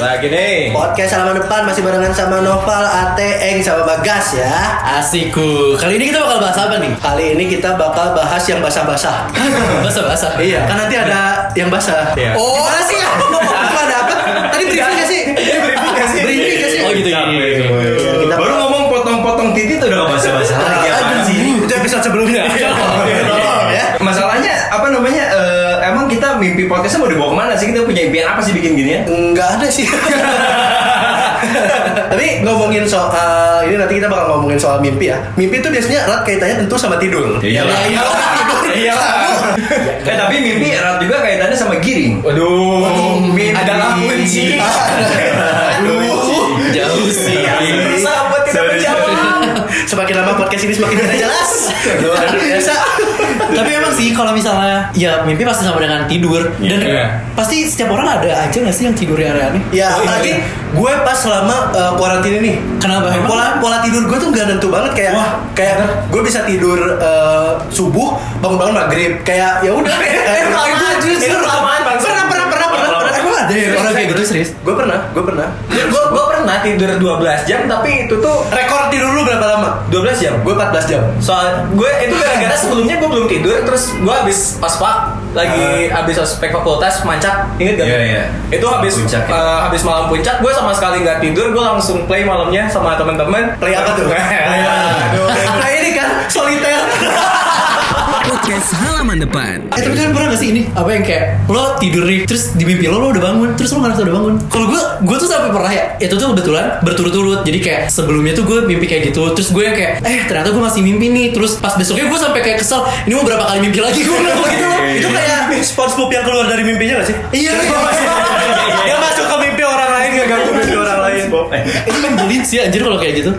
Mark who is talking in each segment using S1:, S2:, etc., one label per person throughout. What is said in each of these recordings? S1: lagi nih.
S2: Podcast halaman depan masih barengan sama Noval, Ate, Eng, sama Bagas ya.
S3: Asiku. Kali ini kita bakal bahas apa nih?
S2: Kali ini kita bakal bahas yang basah-basah.
S3: Basah-basah.
S2: iya, kan nanti ada yang basah.
S1: Iya.
S2: Oh, gimana sih? Apa ada apa? Tadi briefing gak sih?
S1: briefing gak sih?
S2: Briefing gak sih?
S3: Oh gitu.
S1: Capek
S3: gitu.
S1: semua.
S2: Iya, kita-
S1: Baru ngomong potong-potong titik tuh udah gak basah-basah lagi apaan
S2: Aduh,
S1: sih? Iya.
S2: Itu episode sebelumnya. Tolong ya.
S1: Masalahnya apa namanya? eh, emang kita mimpi podcastnya mau dibawa kemana sih? Kita punya impian apa sih bikin gini ya?
S2: Enggak ada sih. Tapi ngomongin soal ini nanti kita bakal ngomongin soal mimpi ya. Mimpi itu biasanya erat kaitannya tentu sama tidur.
S1: Iya lah.
S2: Iya lah, tidur.
S1: Iya lah. Eh tapi mimpi erat juga kaitannya sama giring.
S3: Waduh.
S1: Mimpi.
S3: Adalah kunci.
S1: Aduh.
S3: Jauh sih.
S1: Iya, susah buat tidak menjawab.
S2: Semakin lama podcast ini semakin tidak jelas. Luar biasa.
S3: Tapi emang sih kalau misalnya ya mimpi pasti sama dengan tidur dan
S1: Iya.
S3: pasti setiap orang ada aja nggak sih yang tidurnya aneh-aneh?
S2: Ya,
S3: Oh, iya.
S2: lagi gue pas selama uh, karantina nih.
S3: Kenapa? Emang?
S2: Pola pola tidur gue tuh nggak nentu banget kayak
S3: Wah.
S2: kayak gue bisa tidur uh, subuh bangun-bangun maghrib kayak ya udah. Eh,
S3: lamaan, justru lamaan,
S2: pernah
S3: Bang.
S2: pernah pernah pernah pernah. pernah. Emang ada ya orang kayak gitu serius? Gue pernah, gue pernah.
S4: gue gue pernah tidur 12 jam tapi itu tuh
S2: Rekor tidur lu berapa lama?
S4: 12 jam
S2: Gue 14 jam.
S4: soal gue itu gara-gara sebelumnya gue belum tidur terus gue habis paspak lagi habis ospek fakultas mancak inget gak?
S1: Iya, iya.
S4: Ah. itu habis
S1: Puncak, ya.
S4: eh, habis malam puncak gue sama sekali nggak tidur gue langsung play malamnya sama temen-temen
S1: Eh,
S2: Play apa tuh?
S1: Iya.
S2: Play apa? Play ini kan soliter.
S5: Podcast halaman depan.
S3: Eh tapi kalian pernah gak sih ini? Apa yang kayak lo tidur nih, terus di mimpi lo lo udah bangun, terus lo ngerasa udah bangun. Kalau gue, gue tuh sampai pernah ya, itu tuh kebetulan berturut-turut. Jadi kayak sebelumnya tuh gue mimpi kayak gitu, terus gue yang kayak, eh ternyata gue masih mimpi nih. Terus pas besoknya gue sampai kayak kesel, ini mau berapa kali mimpi lagi gue bilang gitu loh.
S2: Itu kayak SpongeBob yang keluar dari mimpinya gak sih?
S3: Iya,
S2: Terus dia masuk- Dia masuk ke mimpi orang lain gak ganggu mimpi orang lain.
S1: Eh,
S3: itu kan jeliin sih anjir kalau kayak gitu.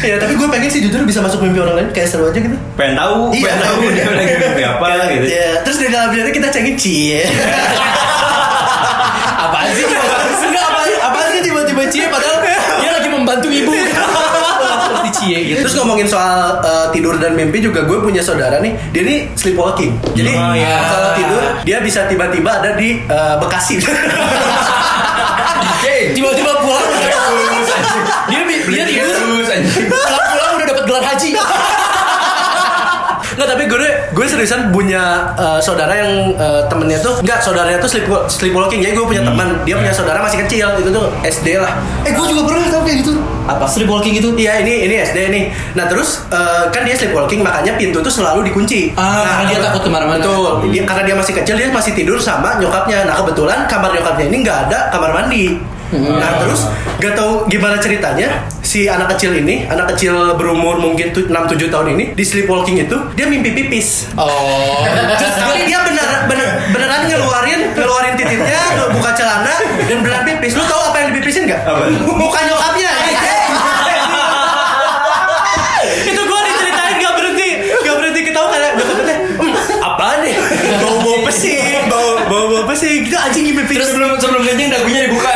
S2: Ya tapi gue pengen sih jujur bisa masuk mimpi orang lain kayak seru aja gitu.
S1: Pengen tahu,
S2: Iya.
S1: Oh, pengen tahu dia lagi mimpi apa gitu.
S2: Ya, terus di dalam diri kita cengin cie.
S3: Apaan sih? Enggak apa apa sih tiba-tiba cie padahal dia lagi membantu ibu. Seperti cie gitu.
S2: Iya, Terus ngomongin soal uh, tidur dan mimpi juga gue punya saudara nih, dia ini sleepwalking. Jadi
S3: Oh, iya.
S2: kalau tidur dia bisa tiba-tiba ada di uh, Bekasi.
S3: tiba-tiba pulang dia dia tidur
S1: Terus anjing.
S3: pulang-pulang udah dapat gelar haji
S2: Nggak tapi gue gue seriusan punya uh, saudara yang uh, temennya tuh nggak saudaranya tuh sleep, sleepwalking jadi gue punya teman dia punya saudara masih kecil itu tuh SD lah
S3: Hmm. eh gue juga pernah tau kayak gitu apa sleepwalking gitu
S2: Iya ini ini SD nih. Nah terus eh, kan dia sleepwalking makanya pintu tuh selalu dikunci.
S3: Ah,
S2: nah,
S3: karena dia takut kemana-mana. Hmm.
S2: Betul. Dia, karena dia masih kecil dia masih tidur sama nyokapnya. Nah kebetulan kamar nyokapnya ini nggak ada kamar mandi.
S3: Hmm.
S2: Nah terus gak tahu gimana ceritanya si anak kecil ini anak kecil berumur mungkin 6-7 tahun ini di sleepwalking itu dia mimpi pipis.
S3: oh
S2: Terus tapi dia bener, bener, beneran ngeluarin ngeluarin titiknya buka celana dan beneran pipis. Lu tahu apa yang dipipisin nggak?
S1: Apa?
S2: Muka nyokapnya. itu gua diceritain nggak berhenti nggak berhenti ketawa karena nyokapnya teh, "Hmm, apa nih? Bau bau pesing, bau bau bau pesing. Kita anjing mimpi
S3: terus sebelum sebelum kencing dagunya dibuka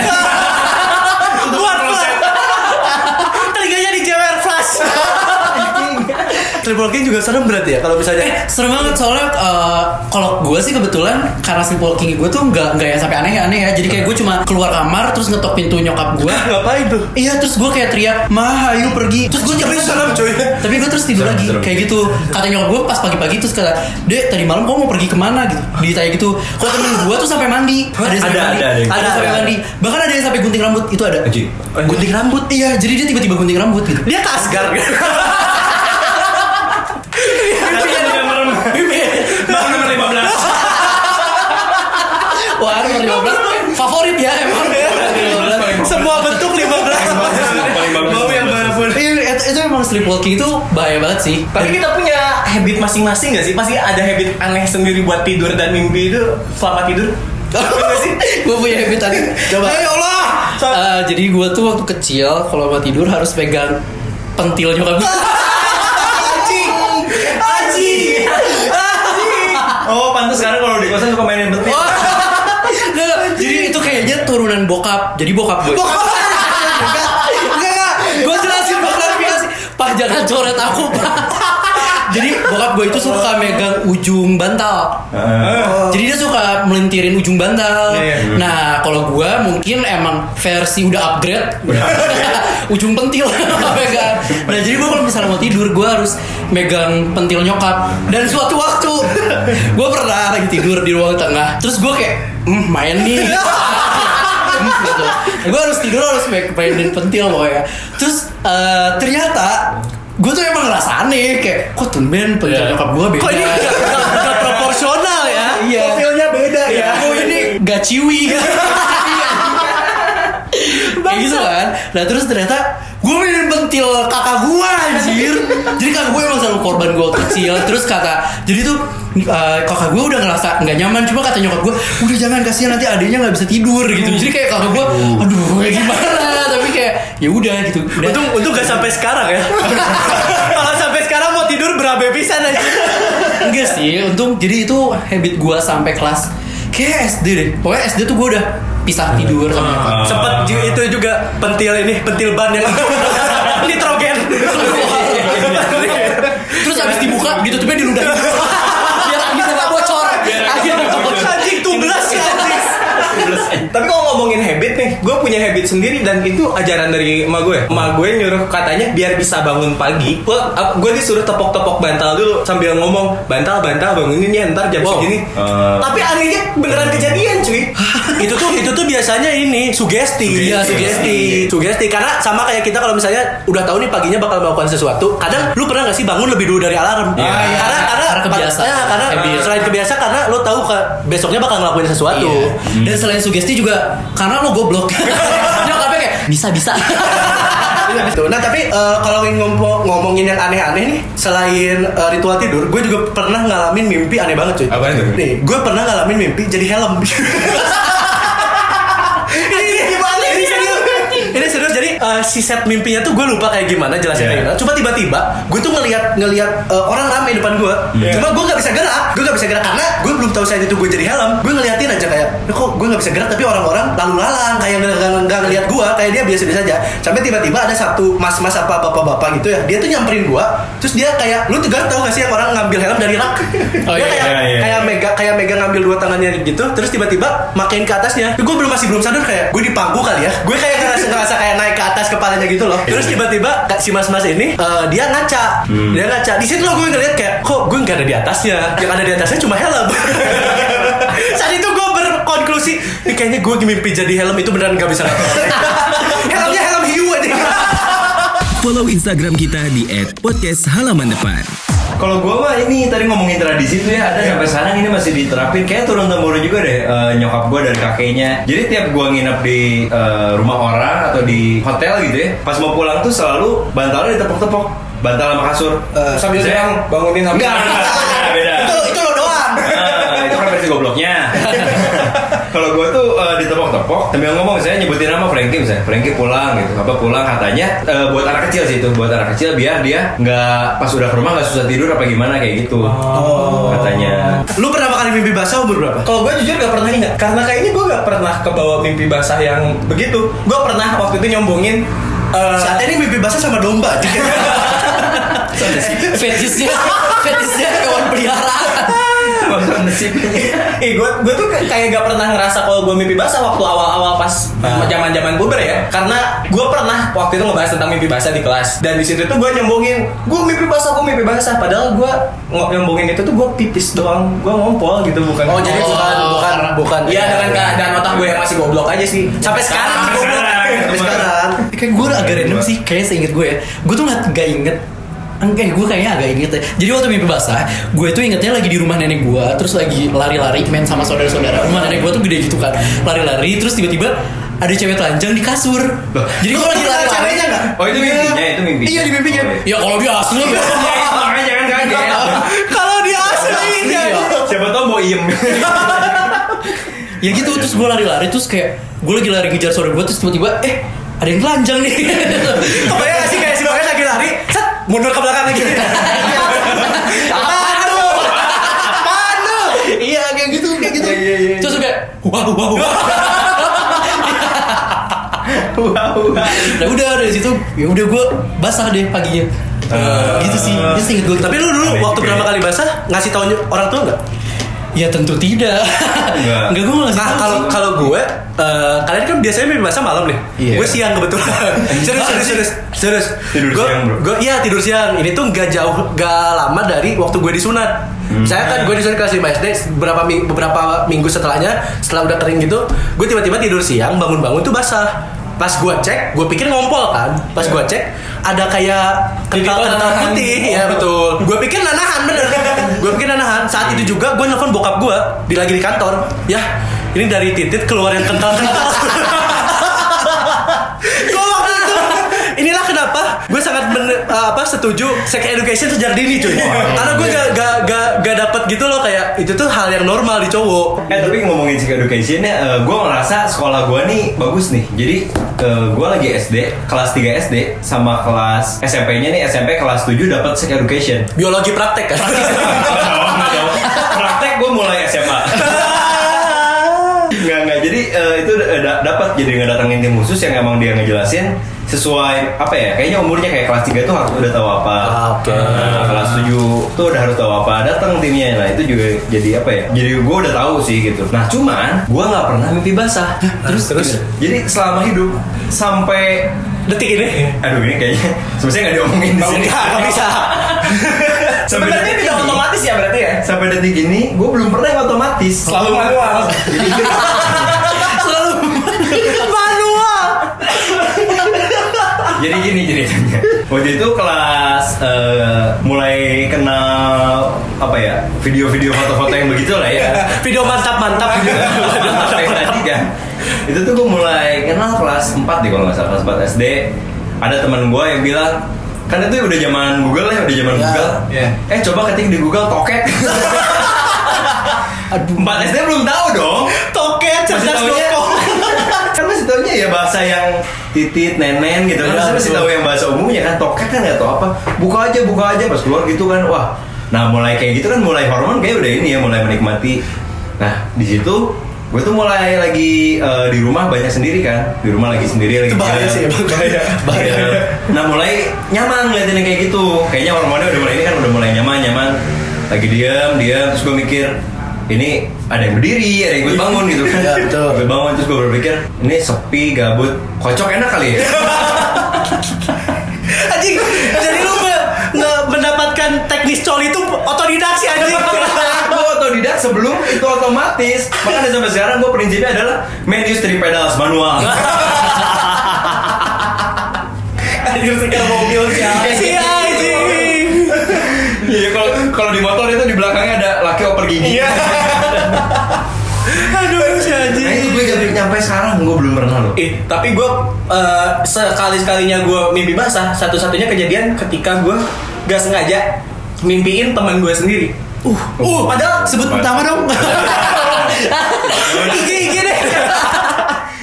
S2: buat flash. Telinganya dijewer flash. Sleepwalking juga serem berarti ya kalau misalnya
S3: serem banget soalnya eh, kalau gue sih kebetulan karena sleepwalking gue tuh nggak nggak yang sampai aneh-aneh ya jadi kayak gue cuma keluar kamar terus ngetok pintu nyokap gue
S2: ngapain tuh?
S3: Iya terus gue kayak teriak Mah ayo pergi Terus gue
S2: Tapi
S3: tidur
S2: serem, cuy.
S3: Tapi gue terus tidur
S1: Serem,
S3: lagi
S1: serem.
S3: Kayak gitu Kata nyokap gue pas pagi-pagi Terus kata Dek tadi malam kamu mau pergi kemana gitu Ditanya gitu Kok temen gue tuh sampai mandi Ada yang sampai
S1: Ada,
S3: mandi
S1: ada, ada.
S3: Ada yang sampai
S2: Ada,
S3: mandi Bahkan ada yang sampai gunting rambut Itu ada
S1: Anjing.
S3: Gunting rambut Iya jadi dia tiba-tiba gunting rambut gitu
S2: Dia ke Asgard.
S1: Nomor 15.
S3: Wah ada yang 15 Favorit ya emang iya,
S2: Semua bentuk 15
S1: Paling bagus.
S2: Mau yang manapun
S3: Iya, itu, itu emang sleepwalking itu bahaya banget sih
S4: tapi kita punya habit masing-masing gak sih pasti ada habit aneh sendiri buat tidur dan mimpi itu selama tidur
S2: Iya
S4: Gak sih
S3: Gue Iya punya habit tadi
S2: Coba Ya Allah
S3: Eh, jadi gue tuh waktu kecil kalau mau tidur harus pegang pentil nyokap gue.
S2: Anjing Anjing
S1: Oh, pantas sekarang kalau di kosan suka mainin betul.
S3: Nggak, nggak. jadi itu kayaknya turunan bokap. Jadi bokap gue.
S2: Bokap Enggak, enggak, enggak.
S3: Gue jelasin bokap gue Pak jangan coret aku pak. jadi bokap gue itu suka megang ujung bantal.
S1: Ah.
S3: Jadi dia suka melintirin ujung bantal.
S2: Iya, iya.
S3: Nah, kalau gue mungkin emang versi udah upgrade, ujung pentil megang. Nah, jadi gue kalau misalnya mau tidur gue harus megang pentil nyokap. Dan suatu waktu gue pernah lagi tidur di ruang tengah, terus gue kayak "Hmm, main nih. gitu. gue harus tidur harus make mainin pentil pokoknya terus eh, ternyata gue tuh emang ngerasa aneh kayak kok tumben pentil
S4: Iya.
S3: nyokap gue beda
S2: Kok ini nggak- nggak- nggak
S3: proporsional ya iya
S2: Profilnya beda ya.
S3: gue ini gak ciwi gitu kayak gitu kan nah terus ternyata gue mainin pentil kakak gue anjir jadi kakak gue emang selalu korban gue waktu kecil terus kata jadi tuh eh, kakak gue udah ngerasa nggak nyaman cuma kata nyokap gue udah jangan kasihan nanti adiknya nggak bisa tidur gitu jadi kayak kakak gue aduh kayak gimana tapi kayak ya udah gitu udah
S2: Untung untung gak sampai sekarang ya. Kalau sampai sekarang mau tidur berabe pisan aja.
S3: enggak sih untung jadi itu habit gue sampai kelas kayak SD deh pokoknya SD tuh gue udah pisah tidur sama nyokap
S2: Sempet ju- itu juga pentil ini, pentil ban yang nitrogen.
S3: Terus abis dibuka ditutupnya diludahin Biar bisa gak bocor
S2: Iya,
S3: Biar nggak bocor.
S2: Anjing tublas ya anjing.
S4: Tapi kalau ngomongin habit nih, gue punya habit sendiri dan itu ajaran dari emak gue. Emak gue nyuruh katanya biar bisa bangun pagi. Lo, ap- gue disuruh tepok-tepok bantal dulu sambil ngomong bantal bantal bangunin ya ntar jam segini.
S1: Eh.
S4: Tapi anehnya beneran kejadian cuy.
S2: Eh. itu tuh itu tuh biasanya ini sugesti
S3: Iya,
S2: sugesti sugesti karena sama kayak kita kalau misalnya udah tahu nih paginya bakal melakukan sesuatu kadang lu pernah gak sih bangun lebih dulu dari alarm
S3: Iya.
S2: karena,
S3: iya.
S2: karena
S3: Karena kebiasaan.
S2: ya, karena
S3: Habit.
S2: selain kebiasa karena lu tahu ke, besoknya bakal ngelakuin sesuatu
S3: Iya.
S5: Hmm.
S3: Dan selain sugesti juga Karena lo goblok Nyokapnya kayak Bisa-bisa
S2: Gitu. Nah tapi eh, kalau ingin ngompo- ngomongin yang aneh-aneh nih Selain eh, ritual tidur Gue juga pernah ngalamin mimpi aneh banget cuy
S4: Apaan tuh?
S2: Nih gue pernah ngalamin mimpi jadi helm Ini- ini gimana? Ini serius. Ini serius jadi eh, si set mimpinya tuh gue lupa kayak gimana jelasin
S1: Iya.
S2: gimana. Cuma tiba-tiba gue tuh ngelihat ngelihat eh, orang rame depan gue.
S1: Iya.
S2: Cuma gue nggak bisa gerak. Gue nggak bisa gerak karena gue belum tahu saat itu gue jadi helm. Gue ngeliatin aja kayak, "Duh, kok gue nggak bisa gerak tapi orang-orang lalu lalang kayak nggak- nggak nggak ngeliat gue kayak dia biasa-biasa aja. Sampai tiba-tiba ada satu mas-mas apa bapak-bapak gitu ya. Dia tuh nyamperin gue. Terus dia kayak, lu tegar tau gak sih yang orang ngambil helm dari rak?
S3: Oh,
S2: dia
S3: iya,
S2: kayak,
S1: iya, iya.
S2: kayak megang kayak megang ngambil dua tangannya gitu terus tiba-tiba makin ke atasnya gue belum masih belum sadar kayak gue dipangku kali ya gue kayak ngerasa ngerasa kayak naik ke atas kepalanya gitu loh terus tiba-tiba ka- si mas-mas ini eh, dia ngaca dia ngaca di situ loh gue ngeliat kayak kok gue nggak ada di atasnya yang ada di atasnya cuma helm saat itu gue berkonklusi ini kayaknya gue mimpi jadi helm itu beneran gak bisa ngapa-ngapain." helmnya helm hiu aja
S5: Follow Instagram kita di @podcasthalamandepan.
S1: Kalau gua mah ini tadi ngomongin tradisi tuh ya ada sampai sekarang ini masih diterapin kayak turun temurun juga deh eh, nyokap gua dari kakeknya. Jadi tiap gua nginep di eh, rumah orang atau di hotel gitu ya, pas mau pulang tuh selalu bantalnya ditepok-tepok, bantal sama kasur.
S2: Eh,
S4: sambil
S1: Saya-
S4: bilang, bangunin apa?
S1: Enggak, enggak, enggak, beda.
S2: itu itu lo doang
S1: Ah, itu kan versi gobloknya. Kalau gue tuh eh, ditepok-tepok, sambil ngomong saya nyebutin nama Frankie misalnya. Frankie pulang gitu. Apa pulang katanya eh, buat anak kecil sih itu, buat anak kecil biar dia nggak pas udah ke rumah nggak susah tidur apa gimana kayak gitu. Katanya.
S2: lu pernah makan mimpi basah umur berapa
S4: Kalau gue jujur gak pernah ingat Karena kayaknya gue gak pernah kebawa mimpi basah yang begitu Gue pernah waktu itu nyombongin eh,
S2: saat ini mimpi basah sama domba
S3: Fetisnya Fetisnya hewan peliharaan
S2: Iya.
S4: Eh, gue gue tuh kayak gak pernah ngerasa kalau gue mimpi basah waktu awal-awal pas
S2: Nah.
S4: zaman zaman puber ya. Karena gue pernah waktu itu ngebahas tentang mimpi basah di kelas dan di situ tuh gue nyombongin, gue mimpi basah, gue mimpi basah. Padahal gue nyombongin itu tuh gue pipis doang, gue ngompol gitu bukan.
S2: Oh, jadi bukan bukan bukan.
S4: Iya dengan keadaan otak gue yang masih goblok aja sih. Sampai sekarang
S1: Sampai
S4: goblok.
S1: sekarang.
S2: Sampai sekarang.
S3: Kayak gue kan agak random sih Kayaknya seinget gue ya Gue tuh gak, gak inget Enggak, gue kayaknya agak inget ya Jadi waktu mimpi basah Gue tuh ingetnya lagi di rumah nenek gue Terus lagi lari-lari main sama saudara-saudara Rumah nenek gue tuh gede gitu kan Lari-lari terus tiba-tiba Ada cewek telanjang di kasur Jadi gue lagi lari-lari
S2: ceweknya enggak?
S1: Oh itu mimpinya, itu mimpinya.
S2: Iya, di mimpinya.
S1: Oh, iya.
S3: Ya kalau dia asli
S1: Ya, itu
S4: Oh,
S1: makanya
S4: iya, kan,
S1: jangan kaget.
S2: iya. Kalau dia asli
S3: Asli,
S2: ya.
S3: ya.
S1: Siapa tau mau iem.
S3: Ya gitu terus gue lari-lari terus kayak Gue lagi lari ngejar saudara gue terus tiba-tiba Eh ada yang telanjang nih
S2: Kebayang nggak Oh, iya, sih kayak si Bagas lagi lari, set mundur ke belakang lagi. Panu. Panu.
S3: Iya kayak gitu kayak gitu Terus kayak Wah wah wah
S1: Wow.
S3: Nah udah dari situ ya udah gue basah deh paginya
S2: Ah.
S3: gitu sih itu seinget gue
S2: Tapi lu dulu
S1: Aneh
S2: waktu
S1: juga
S2: pertama
S1: ya.
S2: kali basah ngasih tahu orang tua nggak?
S3: ya tentu tidak
S1: Enggak.
S3: enggak gue nggak ngasih
S2: Nah
S3: tahu
S2: kalau
S3: sih.
S2: kalau gue eh, kalian kan biasanya mimpi basah malam nih.
S1: Iya.
S2: Gue siang kebetulan. serius serius serius serius.
S1: Tidur
S2: Gua-
S1: siang, bro.
S2: gua- iya tidur siang. Ini tuh nggak jauh nggak lama dari waktu gue disunat.
S1: Hmm.
S2: Saya kan gue disunat kelas 5 SD beberapa mi- beberapa minggu setelahnya setelah udah kering gitu, gue tiba-tiba tidur siang bangun-bangun tuh basah. Pas gue cek, gue pikir ngompol kan. Pas
S1: Iya.
S2: gue cek ada kayak
S4: Titik
S2: kental kental
S4: nanahan.
S2: putih, ya betul. Gue pikir nanahan bener. gue pikir nanahan. Saat itu juga gue nelfon bokap gue di lagi di kantor. Yah, ini dari titit keluar yang kental kental. Gua waktu itu, Inilah kenapa gue sangat men- eh, apa setuju sex education sejak dini cuy. Karena gue gak gak gak gak dapet gitu loh kayak itu tuh hal yang normal di cowok.
S1: Eh tapi ngomongin sex education-nya, gue ngerasa sekolah gue nih bagus nih. Jadi gue lagi SD, kelas 3 SD sama kelas SMP-nya nih SMP kelas 7 dapat sex education.
S2: Biologi praktek kan.
S1: Praktek gue mulai SMA. Nggak, nggak. Jadi eh, itu eh, da- dapat jadi nggak datangin tim khusus yang emang dia ngejelasin sesuai apa ya kayaknya umurnya kayak kelas 3 tuh harus udah tahu apa
S2: Ah, oke.
S1: Nah, kelas 7 tuh udah harus tahu apa datang timnya nah itu juga jadi apa ya jadi gue udah tahu sih gitu nah cuman gue nggak pernah mimpi basah terus terus jadi selama hidup sampai
S2: Detik
S3: Iya.
S2: ini.
S1: aduh ini kayaknya sebenarnya nggak diomongin di sini
S2: Enggak, gak bisa.
S1: Sampai
S4: Sebenarnya
S1: detik
S4: tidak
S1: ini-
S4: otomatis ya berarti ya.
S1: sampai detik ini gue belum pernah yang otomatis
S4: Selalu manual.
S2: Selalu manual.
S1: jadi gini ceritanya waktu itu kelas eh, mulai kenal apa ya video-video foto-foto yang begitu lah ya
S2: Video mantap-mantap.
S1: Sampai tadi kan itu tuh gue mulai kenal kelas 4 deh kalau nggak salah kelas 4 SD ada teman gue yang bilang kan itu udah zaman Google ya udah zaman Google
S4: ya.
S1: eh coba ketik di Google toket
S3: aduh
S1: 4 SD belum tahu dong
S2: Toket cerdas
S1: Masih
S3: ya?
S1: taunya-
S2: doko.
S1: kan masih taunya ya bahasa yang titit nenen gitu kan
S2: Iya,
S1: Maksudnya masih
S2: betul.
S1: tahu yang bahasa umumnya kan toket kan nggak tahu apa buka aja buka aja pas keluar gitu kan wah nah mulai kayak gitu kan mulai hormon kayak udah ini ya mulai menikmati nah di situ gue tuh mulai lagi eh, di rumah banyak sendiri kan di rumah lagi sendiri lagi
S2: Itu bahaya
S1: jalan.
S2: sih, emang bahaya.
S1: bahaya nah mulai nyaman ngeliatin yang kayak gitu kayaknya hormonnya udah mulai ini kan udah mulai nyaman nyaman lagi diam diam terus gue mikir ini ada yang berdiri ada yang ikut bangun gitu kan
S2: Iya, betul.
S1: Gue bangun terus gue berpikir ini sepi gabut kocok enak kali ya
S2: Anjing, jadi lu nge- nge- mendapatkan teknis coli itu otodidak sih anjing.
S1: gue otodidak sebelum itu otomatis makanya sampai sekarang gue prinsipnya adalah main use three pedals manual
S2: Iya.
S4: Anjir sekel mobil sih. ya.
S2: Si anjing.
S1: iya kalau kalau di motor itu di belakangnya ada laki oper gigi
S4: Iya.
S2: Aduh, si
S1: nah itu
S2: anjing.
S1: gue jadi nyampe sekarang gue belum pernah loh
S4: Ih, tapi gue sekali-sekalinya gue mimpi basah, satu-satunya kejadian ketika gue gak sengaja mimpiin teman gue sendiri.
S3: uh
S1: Oh,
S3: uh padahal sebut nama dong
S2: Gigi gigi deh.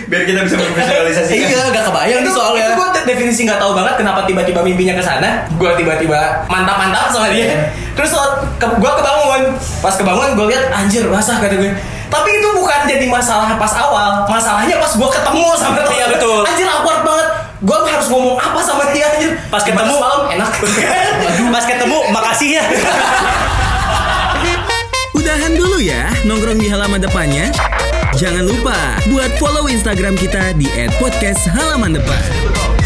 S1: biar kita bisa ya. memvisualisasikan
S3: iya gak kebayang nih soalnya
S4: gue definisi nggak tahu banget kenapa tiba-tiba mimpinya ke sana. Gue tiba-tiba mantap-mantap sama dia. Terus gue kebangun, pas kebangun gue lihat anjir basah kata gue. Tapi itu bukan jadi masalah pas awal, masalahnya pas gue ketemu sama dia betul. Anjir awkward banget. Gue harus ngomong apa sama dia anjir. Pas ketemu malam enak.
S2: Mas ketemu, makasih ya.
S5: Udahan dulu ya nongkrong di halaman depannya. Jangan lupa buat follow Instagram kita di @podcast halaman depan.